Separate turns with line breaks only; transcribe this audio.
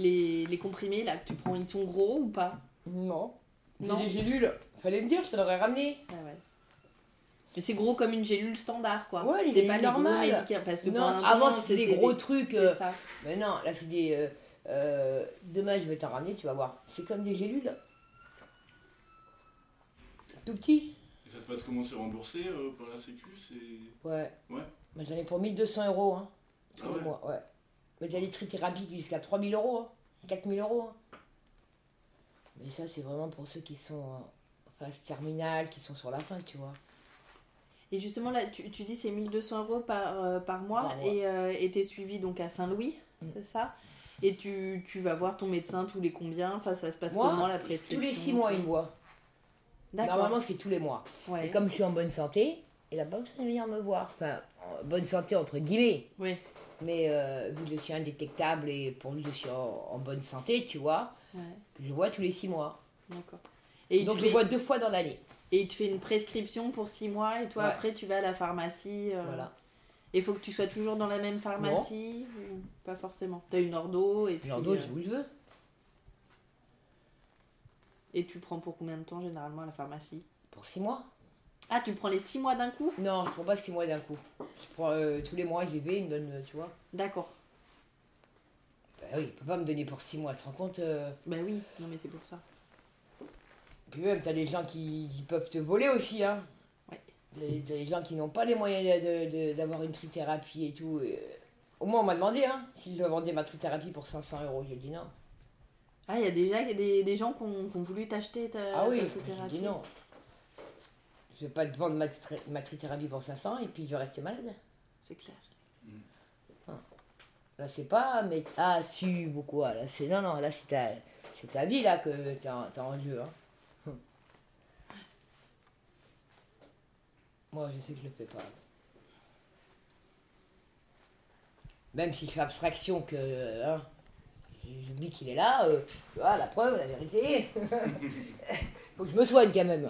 les, les comprimés là que tu prends, ils sont gros ou pas
Non. J'ai
Non.
des gélules. Fallait me dire, je te l'aurais ramené.
Ah ouais. Mais c'est gros comme une gélule standard quoi.
Ouais, les
c'est pas
gélules normales.
les gros médicaments parce que
Non,
pendant un
avant,
temps,
c'était des gros trucs, euh,
C'est ça.
Mais non, là c'est des. euh, euh, demain je vais t'en ramener, tu vas voir. C'est comme des gélules. Tout petit.
Et ça se passe comment C'est remboursé euh, par la Sécu C'est.
Ouais.
Ouais.
Mais j'en ai pour 1200 euros. Hein, tous
Ah
les
ouais.
mois, ouais. Mais t'as des trithérapies qui jusqu'à 3000 euros. Hein, 4000 euros. hein. Mais ça c'est vraiment pour ceux qui sont euh, phase terminale, qui sont sur la fin, tu vois.
Et justement là, tu, tu dis c'est 1200 euros par, euh, par mois
Par mois.
et euh, et t'es suivi donc à Saint-Louis,
Mm.
c'est ça Et tu, tu vas voir ton médecin tous les combien Enfin ça se passe
Moi,
comment la
Tous
prescription
les 6 mois, ils me voient.
D'accord.
Normalement, c'est tous les mois.
Ouais.
Et comme je suis en bonne santé, il n'a pas besoin de venir me voir. Enfin, en bonne santé entre guillemets.
Ouais.
Mais euh, vu que je suis indétectable et pour lui, je suis en, en bonne santé, tu vois,
Ouais,
je le vois tous les six mois.
D'accord. Et il
Donc,
te
je
fait-
le vois deux fois dans l'année.
Et il te fait une prescription pour 6 mois et toi
Ouais.
après tu vas à la pharmacie. euh,
Voilà.
Et faut que tu sois toujours dans la même pharmacie ou Pas forcément. T'as une ordo et puis,
Genre d'autres,
euh,
c'est où je veux.
et tu prends pour combien de temps généralement à la pharmacie
Pour six mois
Ah, tu prends les 6 mois d'un coup
Non, je prends pas six mois d'un coup. Je prends euh, tous les mois, j'y vais, ils me donnent, euh, tu vois.
D'accord.
Bah oui, il peut pas me donner pour six mois, tu te rends compte euh,
Bah oui, non mais c'est pour ça.
Puis même, t'as des gens qui, qui peuvent te voler aussi, hein.
Ouais.
T'as- T'as des gens qui n'ont pas les moyens de- de- d'avoir une trithérapie et tout. et, euh, Au moins, on m'a demandé, hein, si je vendais ma trithérapie pour 500 euros. J'ai dit non.
Euh, Ah, il y a déjà des, des gens qui ont, qui ont voulu t'acheter ta,
ah oui,
ta
j'ai
photothérapie.
dit non. Je vais pas te vendre ma, tri- ma trithérapie pour 500 et puis je vais rester malade.
C'est clair.
Là, c'est pas, mais ah, si, ou quoi. Là, c'est non, non, là, c'est ta, c'est ta vie, là, que t'as en, t'as en jeu, hein. Hum. Moi, je sais que je le fais pas. Même si je fais abstraction que. hein, euh, J'oublie qu'il est là, euh, ah, la preuve, la vérité. Faut que je me soigne quand même.